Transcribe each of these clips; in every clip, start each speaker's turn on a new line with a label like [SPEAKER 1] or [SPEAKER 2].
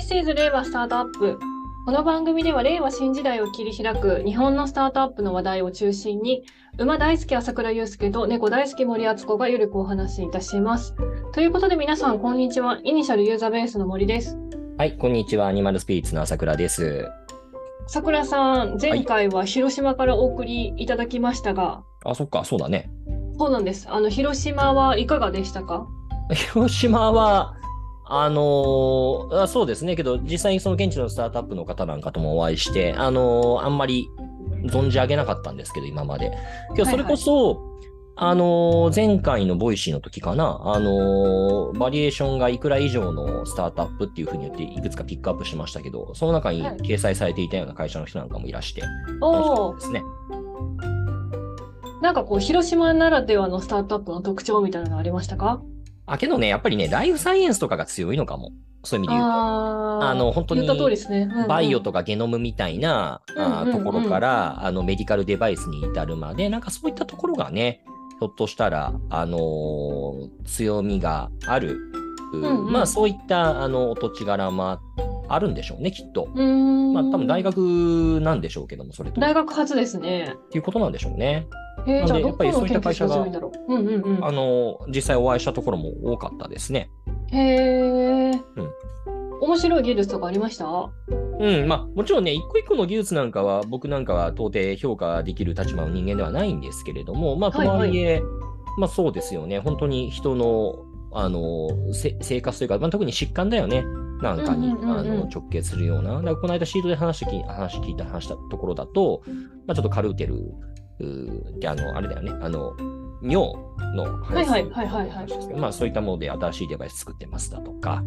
[SPEAKER 1] シーズ令和スタートアップ。この番組では令和新時代を切り開く日本のスタートアップの話題を中心に、馬大好き朝倉祐介と猫大好き森敦子がゆるくお話しいたします。ということで皆さん、こんにちは。イニシャルユーザーベースの森です。
[SPEAKER 2] はい、こんにちは。アニマルスピリッツの朝倉です。
[SPEAKER 1] さくらさん、前回は広島からお送りいただきましたが、
[SPEAKER 2] あ、そっか、そうだね。
[SPEAKER 1] そうなんです。あの、広島はいかがでしたか
[SPEAKER 2] 広島は、あのーあそうですね、けど、実際にその現地のスタートアップの方なんかともお会いして、あのーあんまり存じ上げなかったんですけど、今まで。けど、
[SPEAKER 1] はいはい
[SPEAKER 2] それこそ、あのー前回のボイシーの時かな、あのーバリエーションがいくら以上のスタートアップっていうふうに言って、いくつかピックアップしましたけど、その中に
[SPEAKER 1] はい
[SPEAKER 2] 掲載されていたような会社の人なんかもいらして、楽しか
[SPEAKER 1] お
[SPEAKER 2] った
[SPEAKER 1] お
[SPEAKER 2] で、すね。
[SPEAKER 1] なんかこう、広島ならではのスタートアップの特徴みたいなのありましたか
[SPEAKER 2] あ、けどね、やっぱりね、ライフサイエンスとかが強いのかも。そういう意味で言うと。
[SPEAKER 1] あー
[SPEAKER 2] あの、本当に
[SPEAKER 1] 言った通りですね。うんうん
[SPEAKER 2] バイオとかゲノムみたいな、あ
[SPEAKER 1] うんうんう
[SPEAKER 2] ー
[SPEAKER 1] ん
[SPEAKER 2] ところから、あの、メディカルデバイスに至るまで、なんかそういったところがね、ひょっとしたら、あのー強みがある。
[SPEAKER 1] んうん
[SPEAKER 2] まあ、そういった、あの、お土地柄もあるんでしょうね、きっと。
[SPEAKER 1] うーん
[SPEAKER 2] まあ、多分大学なんでしょうけども、それと。
[SPEAKER 1] 大
[SPEAKER 2] っ
[SPEAKER 1] 学初ですね。
[SPEAKER 2] ていうことなんでしょうね。
[SPEAKER 1] え
[SPEAKER 2] な
[SPEAKER 1] ー、
[SPEAKER 2] ん
[SPEAKER 1] じゃあ
[SPEAKER 2] で
[SPEAKER 1] ど
[SPEAKER 2] やっ
[SPEAKER 1] こ
[SPEAKER 2] ぱり
[SPEAKER 1] の
[SPEAKER 2] そういっ
[SPEAKER 1] 研
[SPEAKER 2] た
[SPEAKER 1] 究
[SPEAKER 2] 会
[SPEAKER 1] 室
[SPEAKER 2] 社
[SPEAKER 1] が
[SPEAKER 2] が
[SPEAKER 1] 強いんだろう。うんうん
[SPEAKER 2] あのー実際お会いしたところも多かったですね。
[SPEAKER 1] うん。へえ。
[SPEAKER 2] うん
[SPEAKER 1] 面白い技術とかありました？は
[SPEAKER 2] うん、まあ、もちろんね、一個一個の技術なんかは、僕なんかは到底評価できる立場の人間ではないんですけれども、まあ、と
[SPEAKER 1] はいは
[SPEAKER 2] はいいえ、まあ、そうですよね、本当に人の、あの、せ生活というか、まあ、特に疾患だよね、なんかに、
[SPEAKER 1] うんうんうんうん
[SPEAKER 2] あの直結するような。だからこの間、シートで話してき話聞いた話したところだと、まあ、ちょっとカルーテルうで、あの、あれだよね、あの、尿の
[SPEAKER 1] はい
[SPEAKER 2] 話
[SPEAKER 1] はいはいはいはい
[SPEAKER 2] 話ですけどまあ、そういったもので新しいデバイス作ってますだとか、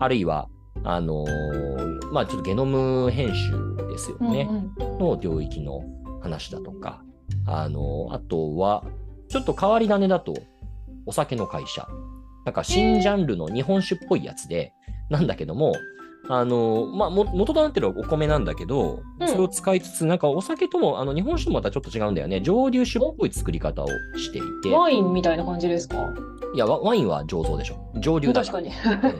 [SPEAKER 2] あるいは、あのーまあ、ちょっとゲノム編集ですよね、の領域の話だとか、あのーあとは、ちょっと変わり種だと、お酒の会社。なんか新ジャンルの日本酒っぽいやつで、なんだけども、あのーまあ、も元となってるお米なんだけど、
[SPEAKER 1] うん
[SPEAKER 2] それを使いつつ、なんかお酒とも、あの日本酒ともまたちょっと違うんだよね。蒸留酒っぽい作り方をしていて、
[SPEAKER 1] ワインみたいな感じですか？
[SPEAKER 2] いや、ワワインは醸造でしょ。蒸留だ
[SPEAKER 1] 確
[SPEAKER 2] から
[SPEAKER 1] か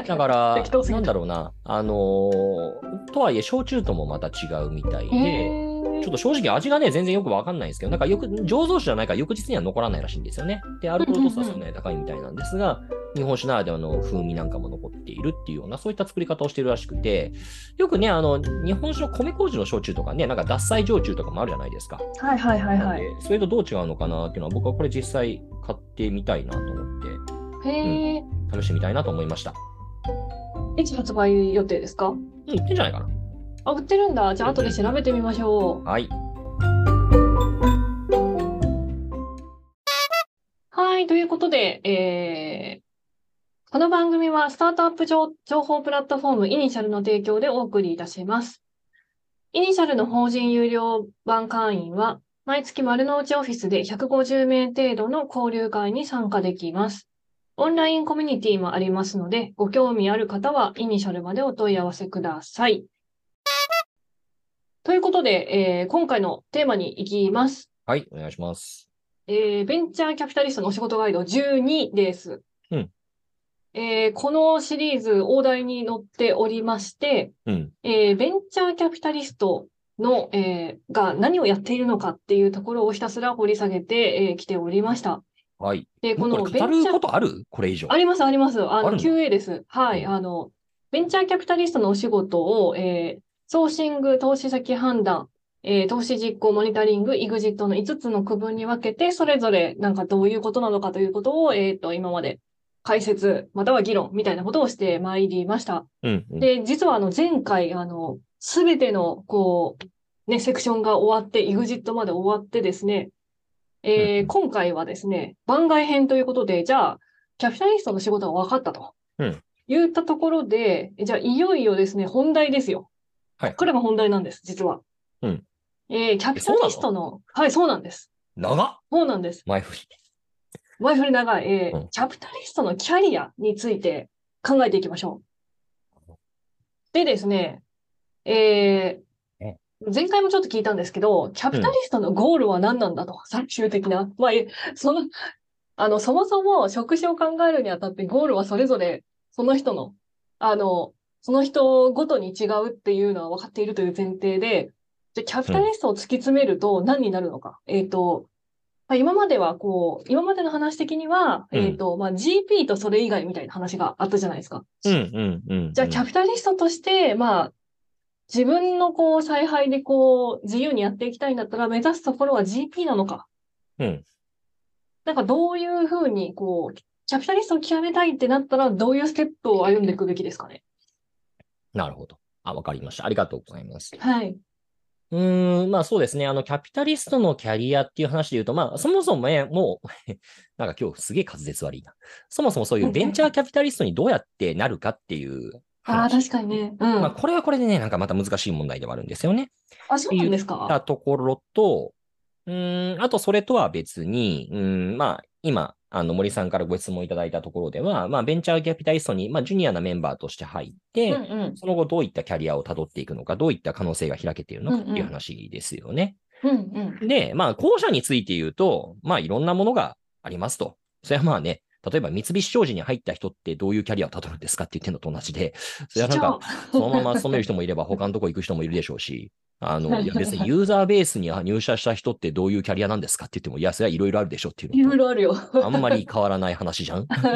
[SPEAKER 1] に。
[SPEAKER 2] だから
[SPEAKER 1] 適当、すぎた
[SPEAKER 2] なんだろうな、あのーとはいえ、焼酎ともまた違うみたい
[SPEAKER 1] へ
[SPEAKER 2] で、
[SPEAKER 1] ー
[SPEAKER 2] ちょっと正直味がね、全然よくわかんないんですけど、なんかよく、醸造酒じゃないから翌日には残らないらしいんですよね。で、アルコール度数はそんなに高いみたいなんですが、日本酒ならではの風味なんかも残っているっていうような、そういった作り方をしているらしくて、よくね、あの、日本酒の米麹の焼酎とかね、なんか脱菜焼酎とかもあるじゃないですか。
[SPEAKER 1] はいはいはい
[SPEAKER 2] な
[SPEAKER 1] は
[SPEAKER 2] ん
[SPEAKER 1] い。
[SPEAKER 2] で、それとどう違うのかなっていうのは、僕はこれ実際買ってみたいなと思って、
[SPEAKER 1] へえ。
[SPEAKER 2] 試してみたいなと思いました。
[SPEAKER 1] いつ発売予定ですか？
[SPEAKER 2] うん、いいんじゃないかな。
[SPEAKER 1] あ売ってるんだ。じゃあ後で調べてみましょう。
[SPEAKER 2] はい。
[SPEAKER 1] はい、ということで、えーこの番組はスタートアップ情情報プラットフォームイニシャルの提供でお送りいたします。イニシャルの法人有料版会員は、毎月丸の内オフィスで150名程度の交流会に参加できます。オンラインコミュニティもありますので、ご興味ある方はイニシャルまでお問い合わせください。ということで、えー今回のテーマに行きます。
[SPEAKER 2] はい、お願いします。
[SPEAKER 1] えーベンチャーキャピタリストのお仕事ガイド12です。
[SPEAKER 2] うん
[SPEAKER 1] えーこのシリーズ、大台に載っておりまして、
[SPEAKER 2] うん。
[SPEAKER 1] えーベンチャーキャピタリストの、えーが何をやっているのかっていうところをひたすら掘り下げてえーき、ておりました。
[SPEAKER 2] はい。
[SPEAKER 1] で、こ
[SPEAKER 2] こ
[SPEAKER 1] の
[SPEAKER 2] れ語
[SPEAKER 1] ベンチ
[SPEAKER 2] る
[SPEAKER 1] ャー
[SPEAKER 2] ことあるこれ以上。
[SPEAKER 1] あります、あります。あ
[SPEAKER 2] あ
[SPEAKER 1] の、
[SPEAKER 2] るの
[SPEAKER 1] QA です。はい。
[SPEAKER 2] うん
[SPEAKER 1] あの、ベンチャーキャピタリストのお仕事を、えーソーシング、投資先判断、えー投資実行、モニタリング、イグジットの5つの区分に分けて、それぞれなんかどういうことなのかということを、えっ、と、今まで解説、または議論みたいなことをしてまいりました。
[SPEAKER 2] うん、うん。
[SPEAKER 1] で、実はあの、前回、あの、すべての、こう、ね、セクションが終わって、イグジットまで終わってですね、
[SPEAKER 2] うん
[SPEAKER 1] え
[SPEAKER 2] う
[SPEAKER 1] ー
[SPEAKER 2] ん
[SPEAKER 1] 今回はですね、番外編ということで、じゃあ、キャピタリストの仕事が分かったと。
[SPEAKER 2] うん
[SPEAKER 1] 言ったところで、じゃあ、いよいよですね、本題ですよ。
[SPEAKER 2] はい
[SPEAKER 1] これが本題なんです、実は。
[SPEAKER 2] うん
[SPEAKER 1] えーキャピタリストの、はい、そうなんです。
[SPEAKER 2] 長っ
[SPEAKER 1] そうなんです。
[SPEAKER 2] 前振り。
[SPEAKER 1] 前振り長い、えー
[SPEAKER 2] うん
[SPEAKER 1] キャピタリストのキャリアについて考えていきましょう。でですね、えー
[SPEAKER 2] ね
[SPEAKER 1] 前回もちょっと聞いたんですけど、キャピタリストのゴールは何なんだと、最終的な。まあ、えその、あの、そもそも職種を考えるにあたって、ゴールはそれぞれ、その人の、あの、その人ごとに違うっていうのは分かっているという前提で、じゃあキャピタリストを突き詰めると何になるのか。えっ、と、まあ、今まではこう、今までの話的には、
[SPEAKER 2] うん
[SPEAKER 1] えっ、と、まあ、GP とそれ以外みたいな話があったじゃないですか。
[SPEAKER 2] うんうんうんうん。
[SPEAKER 1] じゃあ、キャピタリストとして、まあ、自分のこう、采配でこう、自由にやっていきたいんだったら、目指すところは GP なのか。
[SPEAKER 2] うん
[SPEAKER 1] なんか、どういうふうに、こう、キャピタリストを極めたいってなったら、どういうステップを歩んでいくべきですかね。
[SPEAKER 2] なるほど。あ、わかりました。ありがとうございます。
[SPEAKER 1] はい。
[SPEAKER 2] うーん、まあそうですね。あの、キャピタリストのキャリアっていう話で言うと、まあそもそもね、もう、 なんか今日すげえ滑舌悪いな。そもそもそういうベンチャーキャピタリストにどうやってなるかっていう
[SPEAKER 1] ああ、確
[SPEAKER 2] 話。
[SPEAKER 1] かにね。うん。
[SPEAKER 2] まあこれはこれでね、なんかまた難しい問題ではあるんですよね。
[SPEAKER 1] あ、そうなんですか。
[SPEAKER 2] たところと、うーん、あとそれとは別に、うーん、まあ、今、あの森さんからご質問いただいたところでは、まあ、ベンチャーキャピタリストに、まあ、ジュニアなメンバーとして入って、
[SPEAKER 1] うんうん。
[SPEAKER 2] その後どういったキャリアをたどっていくのか、どういった可能性が開けているのかっていう話ですよね。
[SPEAKER 1] うんうん。
[SPEAKER 2] で、まあ、後者について言うと、まあ、いろんなものがありますと。それはまあね、例えば三菱商事に入った人ってどういうキャリアをたどるんですかって言ってるのと同じで、それはなんか、 そのまま勤める人もいれば、他のとこ行く人もいるでしょうし、あの、いや別にユーザーベースに入社した人ってどういうキャリアなんですかって言っても、いや、それはいろいろあるでしょってい
[SPEAKER 1] いうろい
[SPEAKER 2] の
[SPEAKER 1] ろあるよ。
[SPEAKER 2] と、あんまり変わらない話じゃん。 いや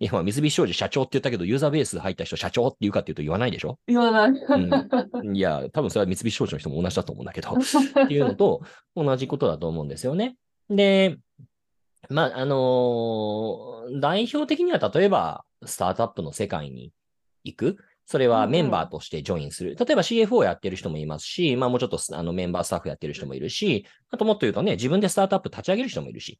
[SPEAKER 2] いや、まあ三菱商事社長って言ったけど、ユーザーベース入った人社長って言うかっていうと言わないでしょ、
[SPEAKER 1] 言わない。
[SPEAKER 2] うん、いや、多分それは三菱商事の人も同じだと思うんだけど。っていうのと同じことだと思うんですよね。で、まあ、あのー代表的には例えば、スタートアップの世界に行く。それはメンバーとしてジョインする。例えば CFO やってる人もいますし、まあもうちょっとあのメンバースタッフやってる人もいるし、あともっと言うとね、自分でスタートアップ立ち上げる人もいるし、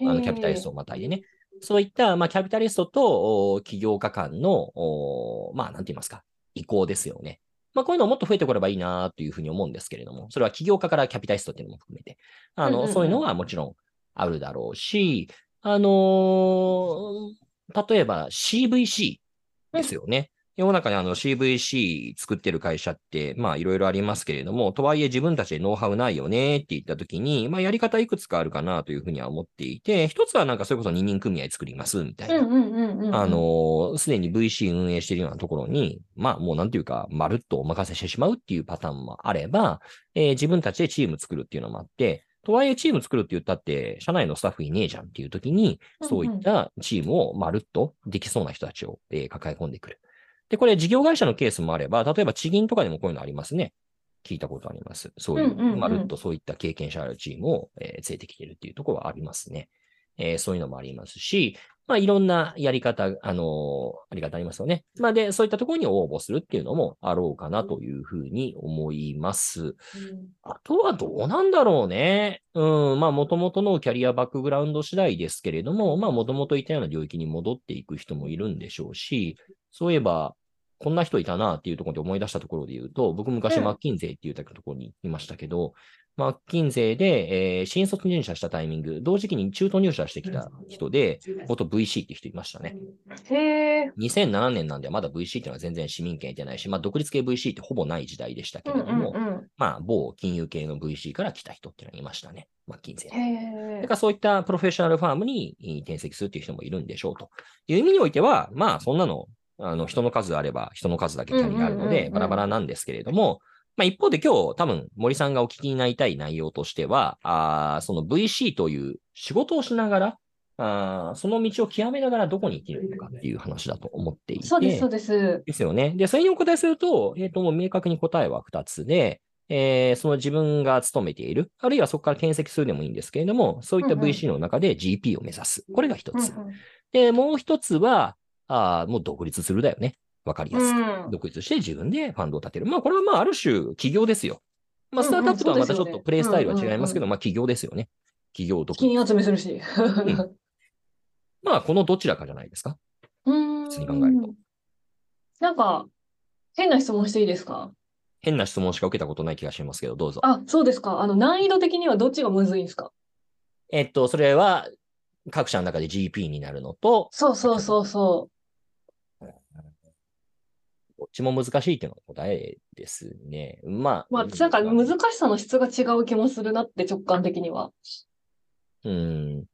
[SPEAKER 2] あのキャピタリストをまたいでね。そういった、まあ、キャピタリストとお起業家間の、おまあ、なんて言いますか、移行ですよね。まあ、こういうのもっと増えてこればいいなというふうに思うんですけれども、それは起業家からキャピタリストっていうのも含めて、あ
[SPEAKER 1] うんうん
[SPEAKER 2] の、
[SPEAKER 1] うん
[SPEAKER 2] そういうのはもちろんあるだろうし、あのー例えば CVC ですよね。世の中にあの CVC 作ってる会社って、まあいろいろありますけれども、とはいえ自分たちでノウハウないよねって言ったときに、まあやり方いくつかあるかなというふうには思っていて、一つはなんかそれこそ二人組合作りますみたいな。
[SPEAKER 1] うんうんうんうん。
[SPEAKER 2] あの、ーすでに VC 運営しているようなところに、まあもうなんていうか、まるっとお任せしてしまうっていうパターンもあれば、えー自分たちでチーム作るっていうのもあって、とはいえチーム作るって言ったって、社内のスタッフいねえじゃんっていう時に、そういったチームをまるっとできそうな人たちを、えー抱え込んでくる。で、これ事業会社のケースもあれば、例えば地銀とかでもこういうのありますね。聞いたことあります。そういう、
[SPEAKER 1] うんうんうん
[SPEAKER 2] まるっとそういった経験者あるチームを、えー連れてきてるっていうところはありますね。えーそういうのもありますし、まあ、いろんなやり方、あのーあり方ありますよね。まあ、で、そういったところに応募するっていうのもあろうかなというふうに思います。あとはどうなんだろうね。うん、まあ、もともとのキャリアバックグラウンド次第ですけれども、まあ、もともといたような領域に戻っていく人もいるんでしょうし、そういえば、こんな人いたなっていうところで思い出したところで言うと、僕昔
[SPEAKER 1] うん
[SPEAKER 2] マッキンゼーっていうところにいましたけど、マッキンゼーで、えー新卒入社したタイミング、同時期に中途入社してきた人で、元 VC って人いましたね。
[SPEAKER 1] へえ。
[SPEAKER 2] 2007年なんでまだ VC っていうのは全然市民権得てないし、まあ独立系 VC ってほぼない時代でしたけ
[SPEAKER 1] う
[SPEAKER 2] れ
[SPEAKER 1] ん
[SPEAKER 2] ども、
[SPEAKER 1] うん
[SPEAKER 2] まあ、某金融系の VC から来た人っていうのがいましたね。マッキンゼ
[SPEAKER 1] うん。
[SPEAKER 2] ーの。
[SPEAKER 1] へ
[SPEAKER 2] だ
[SPEAKER 1] え
[SPEAKER 2] か。らそういったプロフェッショナルファームにえー転籍するっていう人もいるんでしょうという意味においては、まあそんなの、あの人の数あれば人の数だけキャリアあ
[SPEAKER 1] うん
[SPEAKER 2] るの
[SPEAKER 1] うんうんう
[SPEAKER 2] で
[SPEAKER 1] ん
[SPEAKER 2] バラバラなんですけれども、まあ一方で今日多分森さんがお聞きになりたい内容としては、あーその VC という仕事をしながら、あーその道を極めながらどこに行けるのかっていう話だと思っていて。
[SPEAKER 1] そうです、そうです。
[SPEAKER 2] ですよね。で、それにお答えすると、えっ、と、もう明確に答えは2つで、えーその自分が勤めている、あるいはそこから転籍するでもいいんですけれども、そういった
[SPEAKER 1] うんうん
[SPEAKER 2] VC の中で GP を目指す。これが1
[SPEAKER 1] うん
[SPEAKER 2] つ。で、もう1つは、あーもう独立するだよね。わかりや
[SPEAKER 1] う
[SPEAKER 2] すく。
[SPEAKER 1] ん。
[SPEAKER 2] 独立して自分でファンドを立てる。まあ、これはまあ、ある種、起業ですよ。ま
[SPEAKER 1] う
[SPEAKER 2] あ、
[SPEAKER 1] ん
[SPEAKER 2] ス
[SPEAKER 1] うん
[SPEAKER 2] タートアップとはまたち
[SPEAKER 1] そう
[SPEAKER 2] ょっ
[SPEAKER 1] ですよ
[SPEAKER 2] と
[SPEAKER 1] ね
[SPEAKER 2] プレイスタイルは違いますけ
[SPEAKER 1] うんうん
[SPEAKER 2] ど、まあ、起業ですよね。起業独立。
[SPEAKER 1] 金集めするし。
[SPEAKER 2] まあ、このどちらかじゃないですか。
[SPEAKER 1] うん。
[SPEAKER 2] 通に考えると
[SPEAKER 1] なんか、変な質問していいですか
[SPEAKER 2] 変な質問しか受けたことない気がしますけど、どうぞ。
[SPEAKER 1] あ、そうですか。あの、難易度的にはどっちがむずいんですか
[SPEAKER 2] えっと、それは、各社の中で GP になるのと、
[SPEAKER 1] そうそうそうそ
[SPEAKER 2] どっちも難しいっていうのが答えですね。まあ。
[SPEAKER 1] う。まあ、なんか難しさの質が違う気もするなって直感的には。
[SPEAKER 2] うん。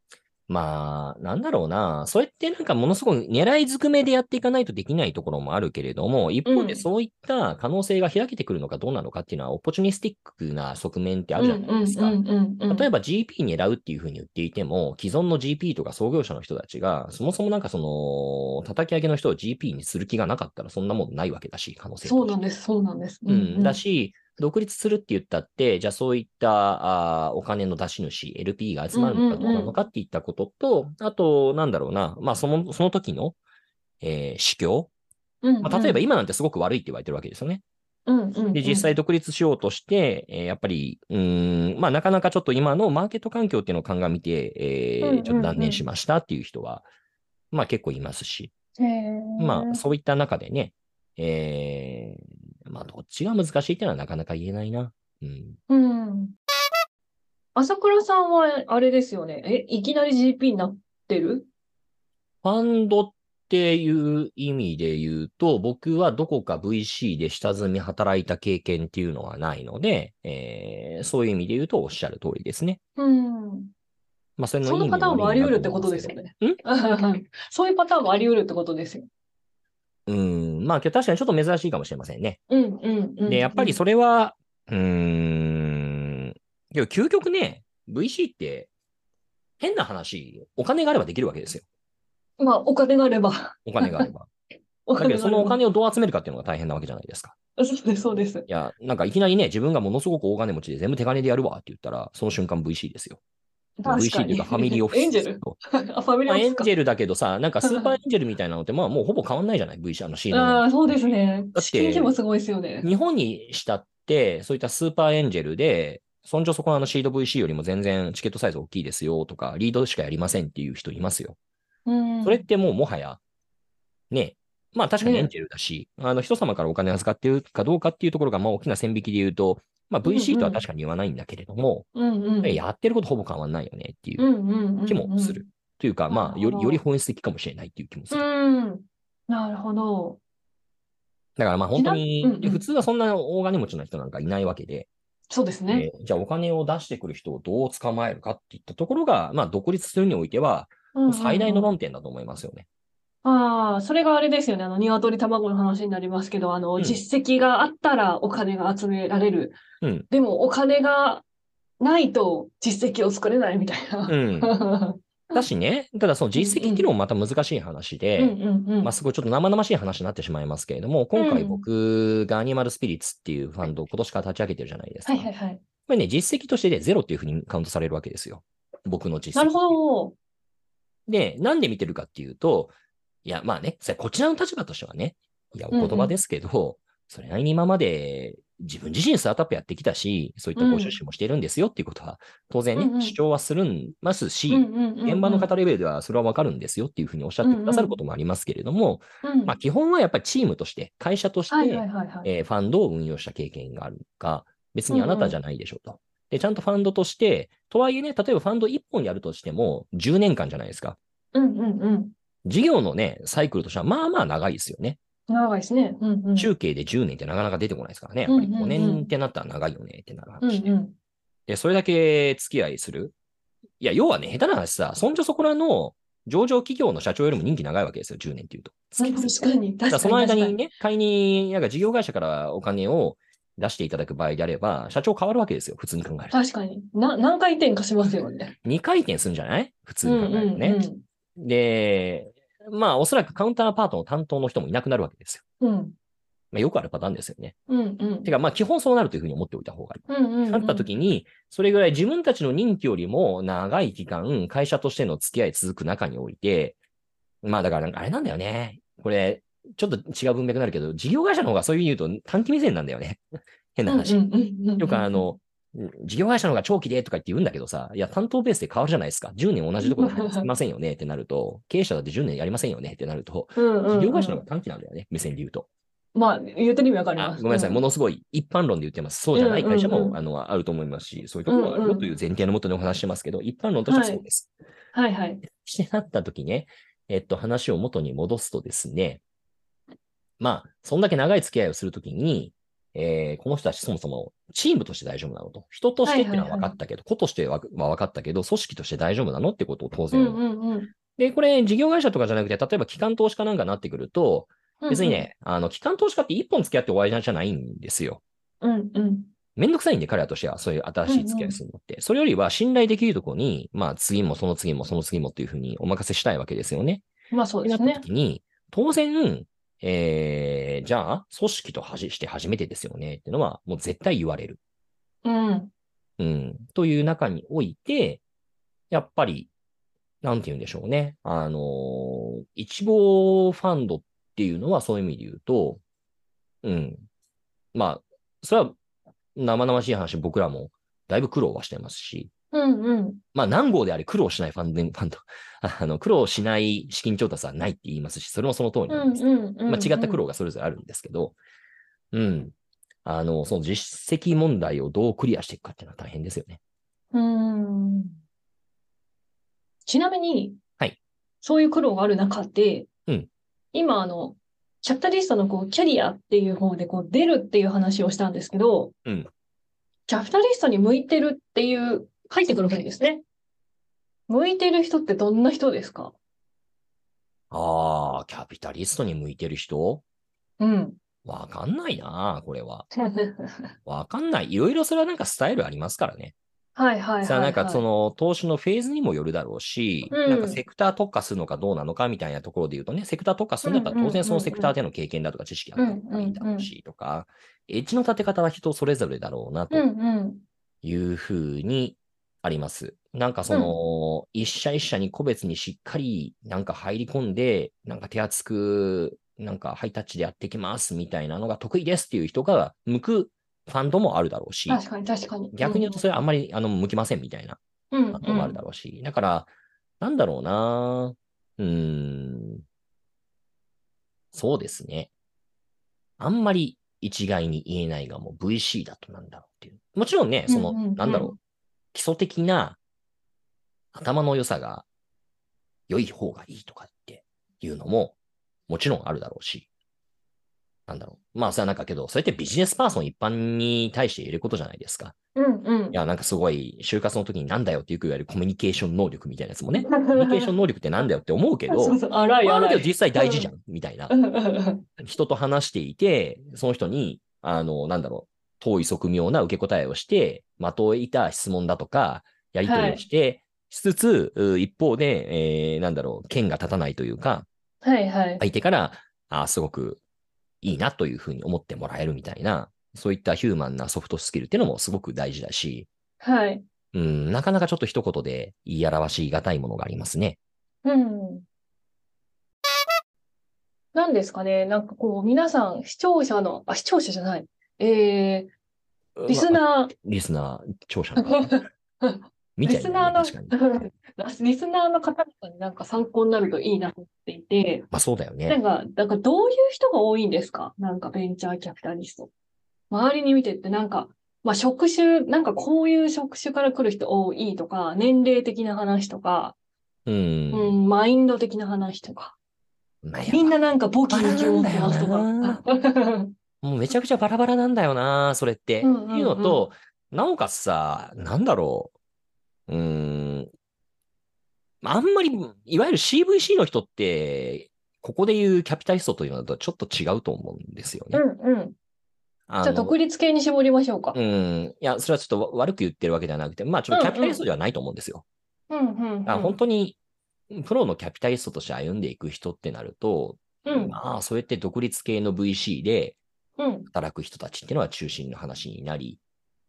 [SPEAKER 2] まあ、なんだろうな。それってなんかものすごい狙いずくめでやっていかないとできないところもあるけれども、一方
[SPEAKER 1] う
[SPEAKER 2] で
[SPEAKER 1] ん
[SPEAKER 2] そういった可能性が開けてくるのかどうなのかっていうのは、オポチュニスティックな側面ってあるじゃないですか。例えば GP 狙うっていうふうに言っていても、既存の GP とか創業者の人たちが、そもそもなんかその、叩き上げの人を GP にする気がなかったら、そんなもんないわけだし、可能性として
[SPEAKER 1] そうなんです、そうなんです。
[SPEAKER 2] うんだし、独立するって言ったって、じゃあそういったあーお金の出し主、LP が集まるのかどうなのかっていったことと、あと、なんだろうな、まあその、その時の、えー、市況、
[SPEAKER 1] うんうん、
[SPEAKER 2] まあ、例えば今なんてすごく悪いって言われてるわけですよね。
[SPEAKER 1] うんうんうん
[SPEAKER 2] で、実際独立しようとして、えーやっぱり、うーん、まあなかなかちょっと今のマーケット環境っていうのを鑑みて、えー
[SPEAKER 1] うんうんうん
[SPEAKER 2] ちょっと断念しましたっていう人は、まあ結構いますし、
[SPEAKER 1] へー
[SPEAKER 2] まあそういった中でね、えー、まあどっちが難しいっていうのはなかなか言えないな。うん。
[SPEAKER 1] うん。朝倉さんは、あれですよね。え、いきなり GP になってる
[SPEAKER 2] ファンドっていう意味で言うと、僕はどこか VC で下積み働いた経験っていうのはないので、えーそういう意味で言うとおっしゃる通りですね。
[SPEAKER 1] うん。
[SPEAKER 2] まあそれの
[SPEAKER 1] その
[SPEAKER 2] 意味
[SPEAKER 1] パターンもあり得るってことです
[SPEAKER 2] ね
[SPEAKER 1] よね。
[SPEAKER 2] うん
[SPEAKER 1] そういうパターンもあり得るってことですよ。
[SPEAKER 2] うん、まあけど確かにちょっと珍しいかもしれませんね。
[SPEAKER 1] うんうんうん。
[SPEAKER 2] で、やっぱりそれは、うーん、けど究極ね、VC って変な話、お金があればできるわけですよ。
[SPEAKER 1] まあ、お金があれば。
[SPEAKER 2] お金があれ ば。
[SPEAKER 1] お
[SPEAKER 2] だけ
[SPEAKER 1] 金があ
[SPEAKER 2] どそ
[SPEAKER 1] れ
[SPEAKER 2] のお
[SPEAKER 1] ば。
[SPEAKER 2] 金をどう集めるかっていうのが大変なわけじゃないですか。
[SPEAKER 1] そうです、そうです。
[SPEAKER 2] いや、なんかいきなりね、自分がものすごく大金持ちで全部手金でやるわって言ったら、その瞬間 VC ですよ。
[SPEAKER 1] 確か
[SPEAKER 2] VC という
[SPEAKER 1] に。
[SPEAKER 2] かファミリーオフィス
[SPEAKER 1] エンジ
[SPEAKER 2] です
[SPEAKER 1] ェ
[SPEAKER 2] け
[SPEAKER 1] ル
[SPEAKER 2] ど。
[SPEAKER 1] あ、ファミリー
[SPEAKER 2] ま
[SPEAKER 1] オフ
[SPEAKER 2] あ、
[SPEAKER 1] ィ
[SPEAKER 2] エ
[SPEAKER 1] ス
[SPEAKER 2] ン
[SPEAKER 1] か
[SPEAKER 2] ジェルだけどさ、なんかスーパーエンジェルみたいなのって、まあもうほぼ変わんないじゃない ?VC、あの C の。
[SPEAKER 1] ああ、そうですね。
[SPEAKER 2] て
[SPEAKER 1] 資金規模すごいですよね。
[SPEAKER 2] 日本にしたって、そういったスーパーエンジェルで、そんじょそこのあのシード VC よりも全然チケットサイズ大きいですよとか、リードしかやりませんっていう人いますよ。
[SPEAKER 1] うん。
[SPEAKER 2] それってもうもはや、ね、まあ確かにエンジェルだし、あの人様からお金預かってるかどうかっていうところが、まあ大きな線引きで言うと、まあ
[SPEAKER 1] うんうん
[SPEAKER 2] VC とは確かに言わないんだけれども、
[SPEAKER 1] うんうん。
[SPEAKER 2] やってることほぼ変わんないよねっていううん
[SPEAKER 1] うんうん。
[SPEAKER 2] 気もする。。というか、まあ
[SPEAKER 1] なるほ
[SPEAKER 2] より、
[SPEAKER 1] ど
[SPEAKER 2] より本質的かもしれないっていう気もす
[SPEAKER 1] う
[SPEAKER 2] る。
[SPEAKER 1] ん。なるほど。
[SPEAKER 2] だからまあ本当に
[SPEAKER 1] ちなうんうん、
[SPEAKER 2] 普通はそんな大金持ちの人なんかいないわけで、
[SPEAKER 1] そうですね。
[SPEAKER 2] えーじゃあお金を出してくる人をどう捕まえるかっていったところが、まあ、独立するにおいては、
[SPEAKER 1] うんうんうん
[SPEAKER 2] 最大の論点だと思いますよね。
[SPEAKER 1] ああ、それがあれですよね。あの、鶏卵の話になりますけど、あの、
[SPEAKER 2] うん
[SPEAKER 1] 実績があったらお金が集められる。
[SPEAKER 2] うん
[SPEAKER 1] でも、お金がないと実績を作れないみたいな。
[SPEAKER 2] うん、 だしね、ただその実績っていうのもまた難しい話で、
[SPEAKER 1] うんうんうん
[SPEAKER 2] まあ、すごいちょっと生々しい話になってしまいますけれども、今回僕がアニマルスピリッツっていうファンドを今年から立ち上げてるじゃないですか。
[SPEAKER 1] はいはいはい。
[SPEAKER 2] これね、実績としてでゼロっていうふうにカウントされるわけですよ。僕の実
[SPEAKER 1] な
[SPEAKER 2] 績。
[SPEAKER 1] るほど。
[SPEAKER 2] で、なんで見てるかっていうと、いや、まあね、それこちらの立場としてはね、いや、お言葉ですけど、それなりに今まで自分自身スタートアップやってきたし、そういったご出資もしてるんですよっていうことは、当然ね、
[SPEAKER 1] うんうん
[SPEAKER 2] 主張はするんますし、
[SPEAKER 1] うんうんうんうん
[SPEAKER 2] 現場の方レベルではそれはわかるんですよっていうふうにおっしゃってくださることもありますけれども、
[SPEAKER 1] うん
[SPEAKER 2] まあ基本はやっぱりチームとして、会社として、
[SPEAKER 1] はいはいはいはい。
[SPEAKER 2] えーファンドを運用した経験があるか、別にあなたじゃないでしょうと。で、ちゃんとファンドとして、とはいえね、例えばファンド1本やるとしても、10年間じゃないですか。
[SPEAKER 1] うんうんうん。
[SPEAKER 2] 事業のね、サイクルとしては、まあまあ長いですよね。
[SPEAKER 1] 長いですね。うんうん。
[SPEAKER 2] 中継で10年ってなかなか出てこないですからね。やっぱり
[SPEAKER 1] うんうんうん
[SPEAKER 2] 5年ってなったら長いよねってなる
[SPEAKER 1] うん
[SPEAKER 2] 話で。
[SPEAKER 1] うん。
[SPEAKER 2] で、それだけ付き合いする。いや、要はね、下手な話さ、そんじょそこらの上場企業の社長よりも任期長いわけですよ、10年っていうと。
[SPEAKER 1] 確かに、
[SPEAKER 2] だから
[SPEAKER 1] 確
[SPEAKER 2] その間
[SPEAKER 1] かに
[SPEAKER 2] にね、仮に、なんか事業会社からお金を出していただく場合であれば、社長変わるわけですよ、普通に考えると。
[SPEAKER 1] 確かに。な、何回転かしますよね。
[SPEAKER 2] 2回転するんじゃない普通
[SPEAKER 1] う
[SPEAKER 2] に
[SPEAKER 1] ん
[SPEAKER 2] 考えるとね。で、まあ、おそらくカウンターパートの担当の人もいなくなるわけですよ。
[SPEAKER 1] うんうん。
[SPEAKER 2] まあ、よくあるパターンですよね。
[SPEAKER 1] うんうん。
[SPEAKER 2] てか、まあ、基本そうなるというふうに思っておいた方がいい。
[SPEAKER 1] うんうんうん。
[SPEAKER 2] なった時に、それぐらい自分たちの任期よりも長い期間、会社としての付き合い続く中において、まあ、だからなんか、あれなんだよね。これ、ちょっと違う文脈になるけど、事業会社の方がそういう意味で言うと短期目線なんだよね。 変な話。
[SPEAKER 1] うんうんうんうん
[SPEAKER 2] よくあの、うん事業会社の方が長期でとか言って言うんだけどさ、いや、担当ベースで変わるじゃないですか。10年同じところでやりませんよねってなると、経営者だって10年やりませんよねってなると、
[SPEAKER 1] うんうんうん
[SPEAKER 2] 事業会社の方が短期なんだよね、目線で言うと。
[SPEAKER 1] まあ、言うてる意味わかり
[SPEAKER 2] あ
[SPEAKER 1] ます。
[SPEAKER 2] ごめんなさい、も
[SPEAKER 1] の、
[SPEAKER 2] のすごい一般論で言ってます。そうじゃない会社
[SPEAKER 1] うんうんうん
[SPEAKER 2] もあのあると思いますし、そういうところはあるよという前提のもとでお話してますけど、一般論としてはそうです。
[SPEAKER 1] はいはい。
[SPEAKER 2] してなった時ね、えっと、話を元に戻すとですね、まあ、そんだけ長い付き合いをするときに、えーこの人たちそもそもチームとして大丈夫なのと。人としてっていうのは分かったけど、子としてはは分かったけど、組織として大丈夫なのってことを当
[SPEAKER 1] うん
[SPEAKER 2] 然。
[SPEAKER 1] うんうん
[SPEAKER 2] で、これ事業会社とかじゃなくて、例えば機関投資家なんかになってくると、
[SPEAKER 1] うん。
[SPEAKER 2] 別にね、あの、機関投資家って一本付き合って終わりじゃないんですよ。
[SPEAKER 1] うんうん。
[SPEAKER 2] めんどくさいんで、彼らとしては、そういう新しい付き合いするのって。それよりは、信頼できるところに、まあ、次もその次もその次もっていうふうにお任せしたいわけですよね。
[SPEAKER 1] まあそう
[SPEAKER 2] って
[SPEAKER 1] で
[SPEAKER 2] な
[SPEAKER 1] す
[SPEAKER 2] った
[SPEAKER 1] ね。
[SPEAKER 2] 時に、当然、えー、じゃあ、組織とはじして初めてですよねっていうのは、もう絶対言われる。
[SPEAKER 1] うん。
[SPEAKER 2] うん。という中において、やっぱり、なんて言うんでしょうね。あのー、一望ファンドっていうのはそういう意味で言うと、うん。まあ、それは生々しい話、僕らもだいぶ苦労はしてますし、
[SPEAKER 1] うんうん。
[SPEAKER 2] まあ何号であれ苦労しないファンデン、ファンド、 あの、苦労しない資金調達はないって言いますし、それもその通り
[SPEAKER 1] う
[SPEAKER 2] なん
[SPEAKER 1] ん
[SPEAKER 2] ですけ
[SPEAKER 1] う
[SPEAKER 2] ど
[SPEAKER 1] んうん。
[SPEAKER 2] まあ、違った苦労がそれぞれあるんですけど、うん。あの、その実績問題をどうクリアしていくかっていうのは大変ですよね。
[SPEAKER 1] うん。ちなみに、
[SPEAKER 2] はい
[SPEAKER 1] そういう苦労がある中で、
[SPEAKER 2] うん
[SPEAKER 1] 今、あの、キャピタリストのこうキャリアっていう方でこう出るっていう話をしたんですけど、
[SPEAKER 2] うん
[SPEAKER 1] キャピタリストに向いてるっていう、入ってくるわけですね。向いてる人ってどんな人ですか
[SPEAKER 2] ああ、キャピタリストに向いてる人
[SPEAKER 1] うん。
[SPEAKER 2] わかんないな、これは。わかんない。いろいろそれはなんかスタイルありますからね。
[SPEAKER 1] はいはいはい、
[SPEAKER 2] さあなんかそ
[SPEAKER 1] の、
[SPEAKER 2] の投資のフェーズにもよるだろうし、
[SPEAKER 1] うん
[SPEAKER 2] なんかセクター特化するのかどうなのかみたいなところで言うとね、セクター特化するんだった
[SPEAKER 1] うん
[SPEAKER 2] ら
[SPEAKER 1] うん
[SPEAKER 2] 当然そのセクターでの経験だとか知識があった方がいいだろうしとか、エッジの立て方は人それぞれだろうなと
[SPEAKER 1] うんうん。
[SPEAKER 2] いうふうにあります。なんかその、一社一社に個別にしっかりなんか入り込んで、なんか手厚く、なんかハイタッチでやっていきますみたいなのが得意ですっていう人が向くファンドもあるだろうし、
[SPEAKER 1] 確かに確かに。
[SPEAKER 2] 逆に言うとそれはあんまりあの向きませんみたいな
[SPEAKER 1] うん、
[SPEAKER 2] ファンドもあるだろうし、だから、なんだろうなうーん、そうですね。あんまり一概に言えないが、もう VC だとなんだろうっていう。もちろんね、その、
[SPEAKER 1] うんうんうん
[SPEAKER 2] なんだろう、基礎的な頭の良さが良い方がいいとかっていうのも、もちろんあるだろうし、なんだろう。まあ、それはなんかけど、それってビジネスパーソン一般に対して言えることじゃないですか。
[SPEAKER 1] うんうん
[SPEAKER 2] い。や、なんかすごい、就活の時になんだよってよく言われるコミュニケーション能力みたいなやつもね、コ
[SPEAKER 1] コミ
[SPEAKER 2] ミュニケーショ
[SPEAKER 1] ン
[SPEAKER 2] ン能力ってなんだよって思うけど、
[SPEAKER 1] そうそう、荒い
[SPEAKER 2] まあだ
[SPEAKER 1] 荒
[SPEAKER 2] け
[SPEAKER 1] い。
[SPEAKER 2] ど実際大事じゃん、みたいな
[SPEAKER 1] う。んうん うん
[SPEAKER 2] 人と話していて、その人に、あの、なんだろう、遠い側妙な受け答えをして、的をいた質問だとか、やり取りをして、しつつ、う一方で、えーなんだろう、剣が立たないというか、
[SPEAKER 1] はいはい。
[SPEAKER 2] 相手から、あーすごくいいなというふうに思ってもらえるみたいな、そういったヒューマンなソフトスキルっていうのもすごく大事だし、
[SPEAKER 1] はい。
[SPEAKER 2] うん、なかなかちょっと一言で言い表しがたいものがありますね。
[SPEAKER 1] うん。なんですかね、なんかこう、皆さん、視聴者の、あ、視聴者じゃない、えー、リス
[SPEAKER 2] まあ
[SPEAKER 1] ナー、
[SPEAKER 2] リスナー、聴者の方見ち
[SPEAKER 1] リ
[SPEAKER 2] ゃい
[SPEAKER 1] ス
[SPEAKER 2] な
[SPEAKER 1] ナ
[SPEAKER 2] いね、確
[SPEAKER 1] ー
[SPEAKER 2] かに。
[SPEAKER 1] の、 リスナーの方々になんか参考になるといいなと思っていて、
[SPEAKER 2] まあそうだよね。
[SPEAKER 1] なんか、なんかどういう人が多いんですかなんかベンチャーキャピタリスト。周りに見てってなんか、まあ職種、なんかこういう職種から来る人多いとか、年齢的な話とか、
[SPEAKER 2] うん
[SPEAKER 1] うん、マインド的な話とか、
[SPEAKER 2] まあやっぱ
[SPEAKER 1] みんななんか簿記に興味持ってますと
[SPEAKER 2] バラなん
[SPEAKER 1] か。
[SPEAKER 2] もうめちゃくちゃバラバラなんだよな、それって。
[SPEAKER 1] うんうんうん
[SPEAKER 2] っていうのと、なおかつさ、なんだろう。うーん。あんまり、いわゆる CVC の人って、ここで言うキャピタリストというのとちょっと違うと思うんですよ
[SPEAKER 1] う
[SPEAKER 2] ね。
[SPEAKER 1] んうん。
[SPEAKER 2] あ
[SPEAKER 1] じゃあ
[SPEAKER 2] の
[SPEAKER 1] 独立系に絞りましょうか
[SPEAKER 2] う。ん。いや、それはちょっとわ悪く言ってるわけではなくて、まあちょっとキャピタリストではないと思うんですよ。
[SPEAKER 1] うんうんうん。
[SPEAKER 2] あ本当に、プロのキャピタリストとして歩んでいく人ってなると、
[SPEAKER 1] うん
[SPEAKER 2] まあ、そうやって独立系の VC で、
[SPEAKER 1] うん
[SPEAKER 2] 働く人たちっていうのは中心の話になり、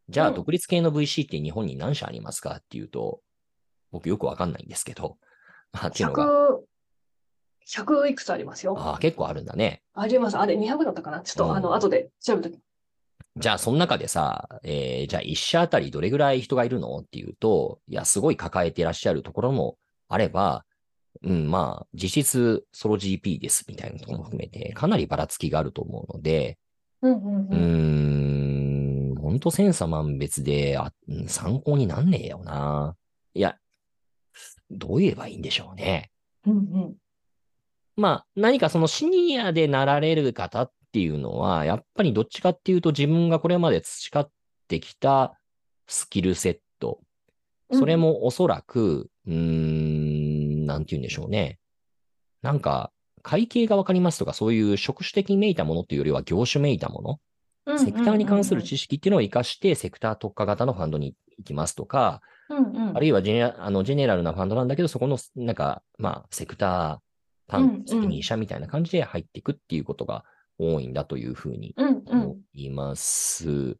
[SPEAKER 2] じゃあ
[SPEAKER 1] うん
[SPEAKER 2] 独立系の VC って日本に何社ありますかっていうと、僕よくわかんないんですけど、 まあ、っていうのが、
[SPEAKER 1] 100、100いくつありますよ。
[SPEAKER 2] ああ、結構あるんだね。
[SPEAKER 1] あります。あれ200だったかなちょっ
[SPEAKER 2] う
[SPEAKER 1] と
[SPEAKER 2] ん
[SPEAKER 1] あの、後で調べとき。
[SPEAKER 2] じゃあその中でさ、えーじゃあ一社あたりどれぐらい人がいるのっていうと、いや、すごい抱えていらっしゃるところもあれば、うん、まあ、実質ソロ GP ですみたいなところも含めて、かなりばらつきがあると思うので、
[SPEAKER 1] うんうん
[SPEAKER 2] うーん、ほんと千差万別で、あうん参考になんねえよな。いや、どう言えばいいんでしょうね。
[SPEAKER 1] うんうん
[SPEAKER 2] まあ、何かそのシニアでなられる方っっていうのは、やっぱりどっちかっていうと自分がこれまで培ってきたスキルセット、それもおそらく、うーん、なんて言うんでしょうね。なんか、会計がわかりますとか、そういう職種的にめいたものっていうよりは業種めいたも
[SPEAKER 1] う
[SPEAKER 2] の、
[SPEAKER 1] ん
[SPEAKER 2] セクターに関する知識っていうのを活かして、セクター特化型のファンドに行きますとか、
[SPEAKER 1] うんうんうん
[SPEAKER 2] あるいはジェネラあのジェネラルなファンドなんだけど、そこの、なんか、まあ、セクター、
[SPEAKER 1] うんう
[SPEAKER 2] 担
[SPEAKER 1] ん
[SPEAKER 2] 責任者みたいな感じで入っていくっていうことが多いんだというふうに
[SPEAKER 1] うんうん
[SPEAKER 2] 思います。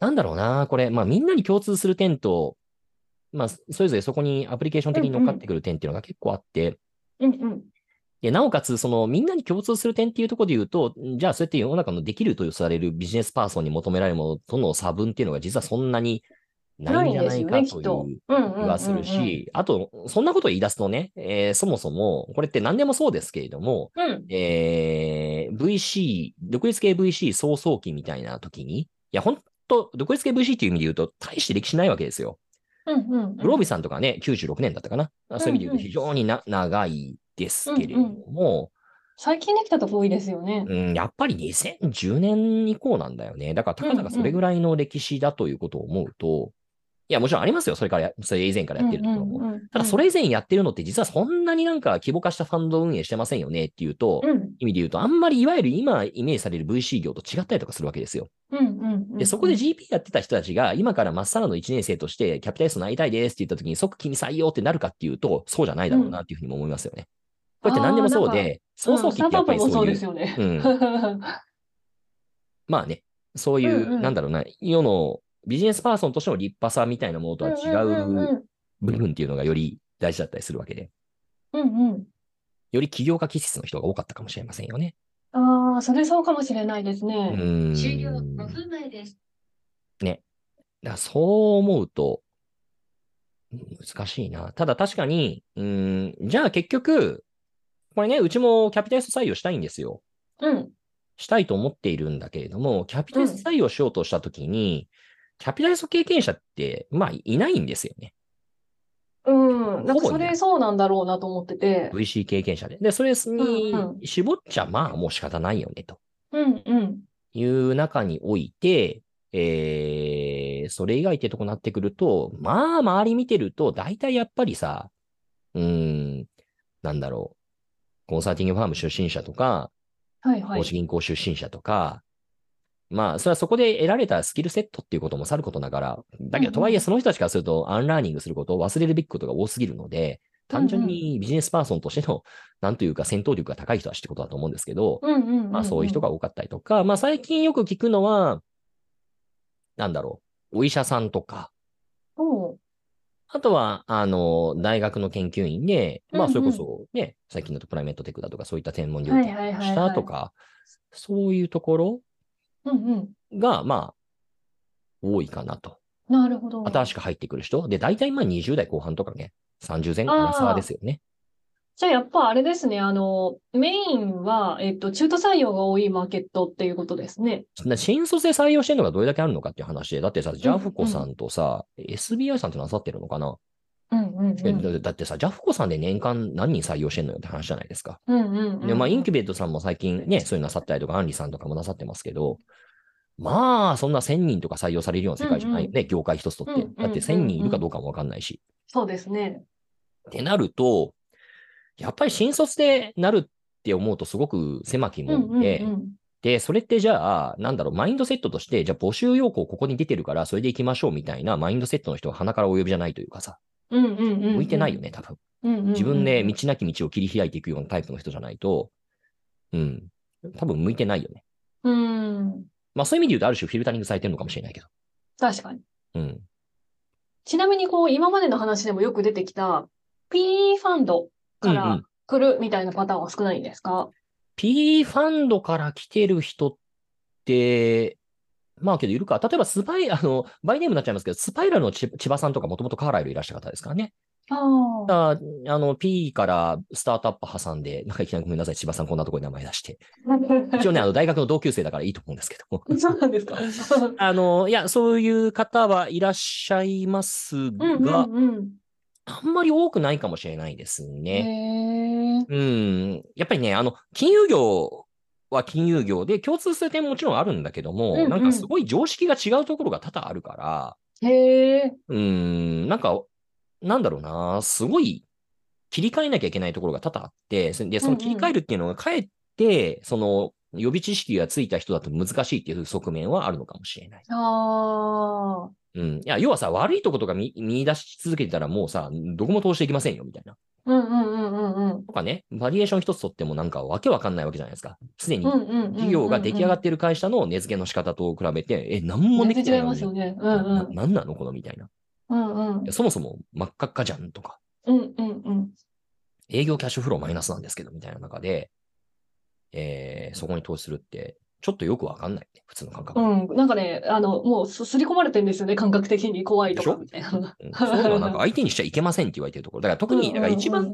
[SPEAKER 2] なんだろうな、これ、まあ、みんなに共通する点と、まあ、それぞれそこにアプリケーション的に乗っかってくる点っていうのが結構あって、
[SPEAKER 1] うんうん
[SPEAKER 2] で、なおかつ、その、みんなに共通する点っていうところで言うと、じゃあ、そうやって世の中のできるとされるビジネスパーソンに求められるものとの差分っていうのが実はそんなにないんじゃない
[SPEAKER 1] な
[SPEAKER 2] か
[SPEAKER 1] いんですよね
[SPEAKER 2] とい
[SPEAKER 1] き
[SPEAKER 2] う
[SPEAKER 1] っとうんうんうんうん
[SPEAKER 2] 気はするし、あと、そんなことを言い出すとね、えーそもそも、これって何でもそうですけれども、
[SPEAKER 1] うん
[SPEAKER 2] えー VC、独立系 VC 早々期みたいな時に、いや、本当独立系 VC っていう意味で言うと、大して歴史ないわけですよ。
[SPEAKER 1] うんうん
[SPEAKER 2] グロービーさんとかね、96年だったかな。そういう意味で言うと非常にな長いですけれども、
[SPEAKER 1] 最近できたとこ多いですよね。
[SPEAKER 2] うん、やっぱり2010年以降なんだよね。だから、たかだかそれぐらいの歴史だということを思うと、いや、もちろんありますよ。それからや、それ以前からやってるところも。
[SPEAKER 1] うんうんうんうん
[SPEAKER 2] ただ、それ以前やってるのって、実はそんなになんか規模化したファンド運営してませんよねっていうと、
[SPEAKER 1] うん
[SPEAKER 2] 意味で言うと、あんまりいわゆる今イメージされる VC 業と違ったりとかするわけですよ。
[SPEAKER 1] うんうんうん
[SPEAKER 2] で、そこで GP やってた人たちが、今からまっさらの1年生としてキャピタリストになりたいですって言った時に、即君採用ってなるかっていうと、そうじゃないだろうなっていうふうにも思いますよね。こうやって何でもそう
[SPEAKER 1] あーなん
[SPEAKER 2] で、早々期ってやっぱり
[SPEAKER 1] うんスタートアップもそ
[SPEAKER 2] そううい
[SPEAKER 1] で
[SPEAKER 2] う
[SPEAKER 1] すよね。
[SPEAKER 2] うんまあね、そうい
[SPEAKER 1] うんう
[SPEAKER 2] う、
[SPEAKER 1] ん
[SPEAKER 2] なんだろうな、世のビジネスパーソンとしての立派さみたいなものとは違
[SPEAKER 1] んん
[SPEAKER 2] ううん部分っていうのがより大事だったりするわけで、
[SPEAKER 1] うんうん
[SPEAKER 2] より起業家気質の人が多かったかもしれませんよね。
[SPEAKER 1] ああ、それそうかもしれないです
[SPEAKER 2] う
[SPEAKER 1] ね。
[SPEAKER 2] ーん。
[SPEAKER 3] 終了5
[SPEAKER 2] だか
[SPEAKER 3] 分前です。
[SPEAKER 2] らそう思うと、うん難しいな。ただ確かに、うーん、じゃあ結局、これね、うちもキャピタリスト採用したいんですよ。
[SPEAKER 1] うん。
[SPEAKER 2] したいと思っているんだけれども、キャピタリスト採用しようとしたときに、キャピタリスト経験者って、まあ、いないんですよね。
[SPEAKER 1] うん。なんか
[SPEAKER 2] ほぼ
[SPEAKER 1] そ
[SPEAKER 2] いな
[SPEAKER 1] れ
[SPEAKER 2] い
[SPEAKER 1] そうなんだろうなと思ってて。
[SPEAKER 2] VC 経験者で。で、それ
[SPEAKER 1] うん
[SPEAKER 2] に絞っちゃ、まあもう仕方ないよね、と
[SPEAKER 1] うんうん。
[SPEAKER 2] いう中において、えー、それ以外ってとこになってくると、まあ周り見てると、大体やっぱりさ、うーん、なんだろう。コンサルティングファーム出身者とか、
[SPEAKER 1] はいはい
[SPEAKER 2] 投。資銀行出身者とか、まあ、それはそこで得られたスキルセットっていうこともさることながら、だ
[SPEAKER 1] うん
[SPEAKER 2] け
[SPEAKER 1] うん
[SPEAKER 2] ど、とはいえその人たちからすると、アンラーニングすることを忘れるべきことが多すぎるので、単純にビジネスパーソンとしての、なんというか戦闘力が高い人たちってことだと思うんですけど、
[SPEAKER 1] うんうんんん
[SPEAKER 2] まあそういう人。が多かったりとか、まあ最近よく聞くのは、なんだろう、お医者さんとか、
[SPEAKER 1] そ
[SPEAKER 2] あとは、あの、大学の研究員で、ま
[SPEAKER 1] う
[SPEAKER 2] あ、
[SPEAKER 1] んうん
[SPEAKER 2] それこそね、最近だとプライメートテックだとか、そういった専門領域
[SPEAKER 1] はいはいはいはい
[SPEAKER 2] したとか、そういうところ
[SPEAKER 1] う。うんうん。
[SPEAKER 2] が、まあ、多いかなと。
[SPEAKER 1] なるほど。
[SPEAKER 2] 新しく入ってくる人。で、大体まあ20代後半とかね、30前後の差ですよね。
[SPEAKER 1] じゃあやっぱあれですね。あの、メインは、えっと、中途採用が多いマーケットっていうことですね。
[SPEAKER 2] な新卒で採用してるのがどれだけあるのかっていう話で、だってさ、ジャフコさんとさ、SBI さんってなさってるのかな、
[SPEAKER 1] うんうんうん。うん
[SPEAKER 2] だだってさ、ジャフコさんで年間何人採用してんのよって話じゃないですか。
[SPEAKER 1] うんうん。
[SPEAKER 2] で、まあ、インキュベートさんも最近ね、そういうのなさったりとか、アンリさんとかもなさってますけど、まあ、そんな1000人とか採用されるような世界じゃないよね、業界一つとって
[SPEAKER 1] うんうん。
[SPEAKER 2] だって1000人いるかどうかもわかんないし。
[SPEAKER 1] そうですね。
[SPEAKER 2] ってなると、やっぱり新卒でなるって思うとすごく狭き
[SPEAKER 1] うん
[SPEAKER 2] も
[SPEAKER 1] うんん
[SPEAKER 2] で、
[SPEAKER 1] うん。
[SPEAKER 2] で、それってじゃあ、なんだろう、マインドセットとして、じゃあ募集要項ここに出てるから、それで行きましょうみたいなマインドセットの人は鼻からお呼びじゃないというかさ、
[SPEAKER 1] うんうんうん。
[SPEAKER 2] 向いてないよ。ね、多分。
[SPEAKER 1] うんうんうん。
[SPEAKER 2] 自分で道なき道を切り開いていくようなタイプの人じゃないと、うん、多分向いてないよね。
[SPEAKER 1] うん。
[SPEAKER 2] まあそういう意味で言うと、ある種フィルタリングされてるのかもしれないけど。
[SPEAKER 1] 確かに。
[SPEAKER 2] うん。
[SPEAKER 1] ちなみにこう今までの話でもよく出てきた PE ファンドか
[SPEAKER 2] うんう
[SPEAKER 1] ら
[SPEAKER 2] ん
[SPEAKER 1] 来るみたいなパターンは少ないんですか
[SPEAKER 2] P ファンドから来てる人って、まあけどいるか。例えばスパイ、あの、バイネームになっちゃいますけど、スパイラルのち千葉さんとかもともとカーライルいらした方ですからね。
[SPEAKER 1] あ
[SPEAKER 2] だ
[SPEAKER 1] あ。
[SPEAKER 2] あの、P からスタートアップ挟んで、なんかいきなりごめんなさい、千葉さんこんなとこに名前 出して。一応ね、あの、大学の同級生だからいいと思うんですけども。
[SPEAKER 1] そうなんですか。う
[SPEAKER 2] あの、いや、そういう方はいらっしゃいますが、
[SPEAKER 1] んうんうん。
[SPEAKER 2] あんまり多くないかもしれないですね。
[SPEAKER 1] へえ。
[SPEAKER 2] うん。やっぱりね、あの、金融業は金融業で共通する点ももちろんあるんだけども、
[SPEAKER 1] うんうん
[SPEAKER 2] なんかすごい常識が違うところが多々あるから、
[SPEAKER 1] へえ。
[SPEAKER 2] うーん、なんか、なんだろうな、すごい切り替えなきゃいけないところが多々あって、そで、その切り替えるっていうのが、かえって、その予備知識がついた人だと難しいっていう側面はあるのかもしれない。
[SPEAKER 1] ああ。
[SPEAKER 2] うん。いや、要はさ、悪いとことか見見出し続けてたら、もうさ、どこも通していきませんよ、みたいな。
[SPEAKER 1] うんうんうんうんうん。
[SPEAKER 2] とかね、バリエーション一つとってもなんかわけわかんないわけじゃないですか。すでに
[SPEAKER 1] うんうんうんうんうん
[SPEAKER 2] 企業が出来上がってる会社の値付けの仕方と比べて、え、なんもでき
[SPEAKER 1] 全然違い
[SPEAKER 2] てないの
[SPEAKER 1] ま
[SPEAKER 2] に
[SPEAKER 1] すよね。うんう。
[SPEAKER 2] なんなんなのこのみたいな。
[SPEAKER 1] うんうん
[SPEAKER 2] いや。そもそも真っ赤っかじゃんとか、
[SPEAKER 1] うんうんうん。
[SPEAKER 2] 営業キャッシュフローマイナスなんですけど、みたいな中で、えーそこに投資するって、ちょっとよくわかんないね、普通の感覚。
[SPEAKER 1] うん、なんかね、あの、もうす、すり込まれてるんですよね、感覚的に怖いとかみたいな。
[SPEAKER 2] うんそういうのはなんか相手にしちゃいけませんって言われてるところ。だから特に、だから一
[SPEAKER 1] うんう
[SPEAKER 2] 番、
[SPEAKER 1] ん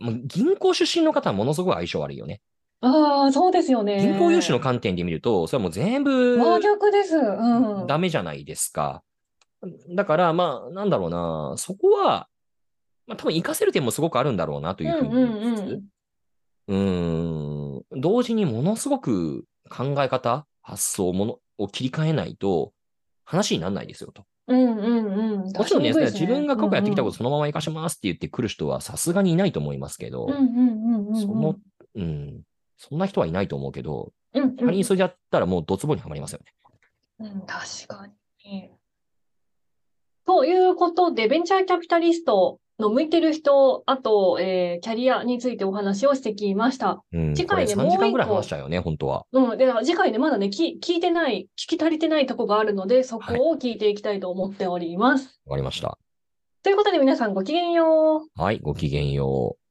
[SPEAKER 2] もう銀行出身の方はものすごい相性悪いよね。
[SPEAKER 1] うん。ああ、そうですよね。
[SPEAKER 2] 銀行融資の観点で見ると、それはもう全部
[SPEAKER 1] 真逆です。うん。
[SPEAKER 2] ダメじゃないですか。だから、まあ、なんだろうな、そこは、まあ、多分活かせる点もすごくあるんだろうなと
[SPEAKER 1] う
[SPEAKER 2] い
[SPEAKER 1] ん
[SPEAKER 2] うふうに
[SPEAKER 1] う
[SPEAKER 2] 思い
[SPEAKER 1] ん
[SPEAKER 2] つ
[SPEAKER 1] う
[SPEAKER 2] つ
[SPEAKER 1] ん。
[SPEAKER 2] うーん、同時にものすごく考え方、発想ものを切り替えないと話にならないですよと。
[SPEAKER 1] うんうんうん。
[SPEAKER 2] もちろんね、
[SPEAKER 1] 出しにくいです
[SPEAKER 2] 自分が過去やってきたことそのまま生かしますって言ってくる人はさすがにいないと思いますけど、
[SPEAKER 1] うんうんうんうんうん。
[SPEAKER 2] その、うん、そんな人はいないと思うけど、
[SPEAKER 1] うんうん、
[SPEAKER 2] 仮にそれやったらもうドツボにはまりますよね。
[SPEAKER 1] うん、確かに。ということで、ベンチャーキャピタリストの向いてる人、あと、えーキャリアについてお話をしてきました。
[SPEAKER 2] うん、
[SPEAKER 1] 次
[SPEAKER 2] これ
[SPEAKER 1] 回ね
[SPEAKER 2] 3時
[SPEAKER 1] もう一
[SPEAKER 2] 間ぐらい
[SPEAKER 1] 個
[SPEAKER 2] 話したよね、本当は。
[SPEAKER 1] うん、で、次回ね、まだね、き、聞いてない、聞き足りてないとこがあるので、そこを聞いていきたいと思っております。
[SPEAKER 2] わかりました。
[SPEAKER 1] ということで、皆さんごきげんよう。
[SPEAKER 2] はい、ごきげんよう。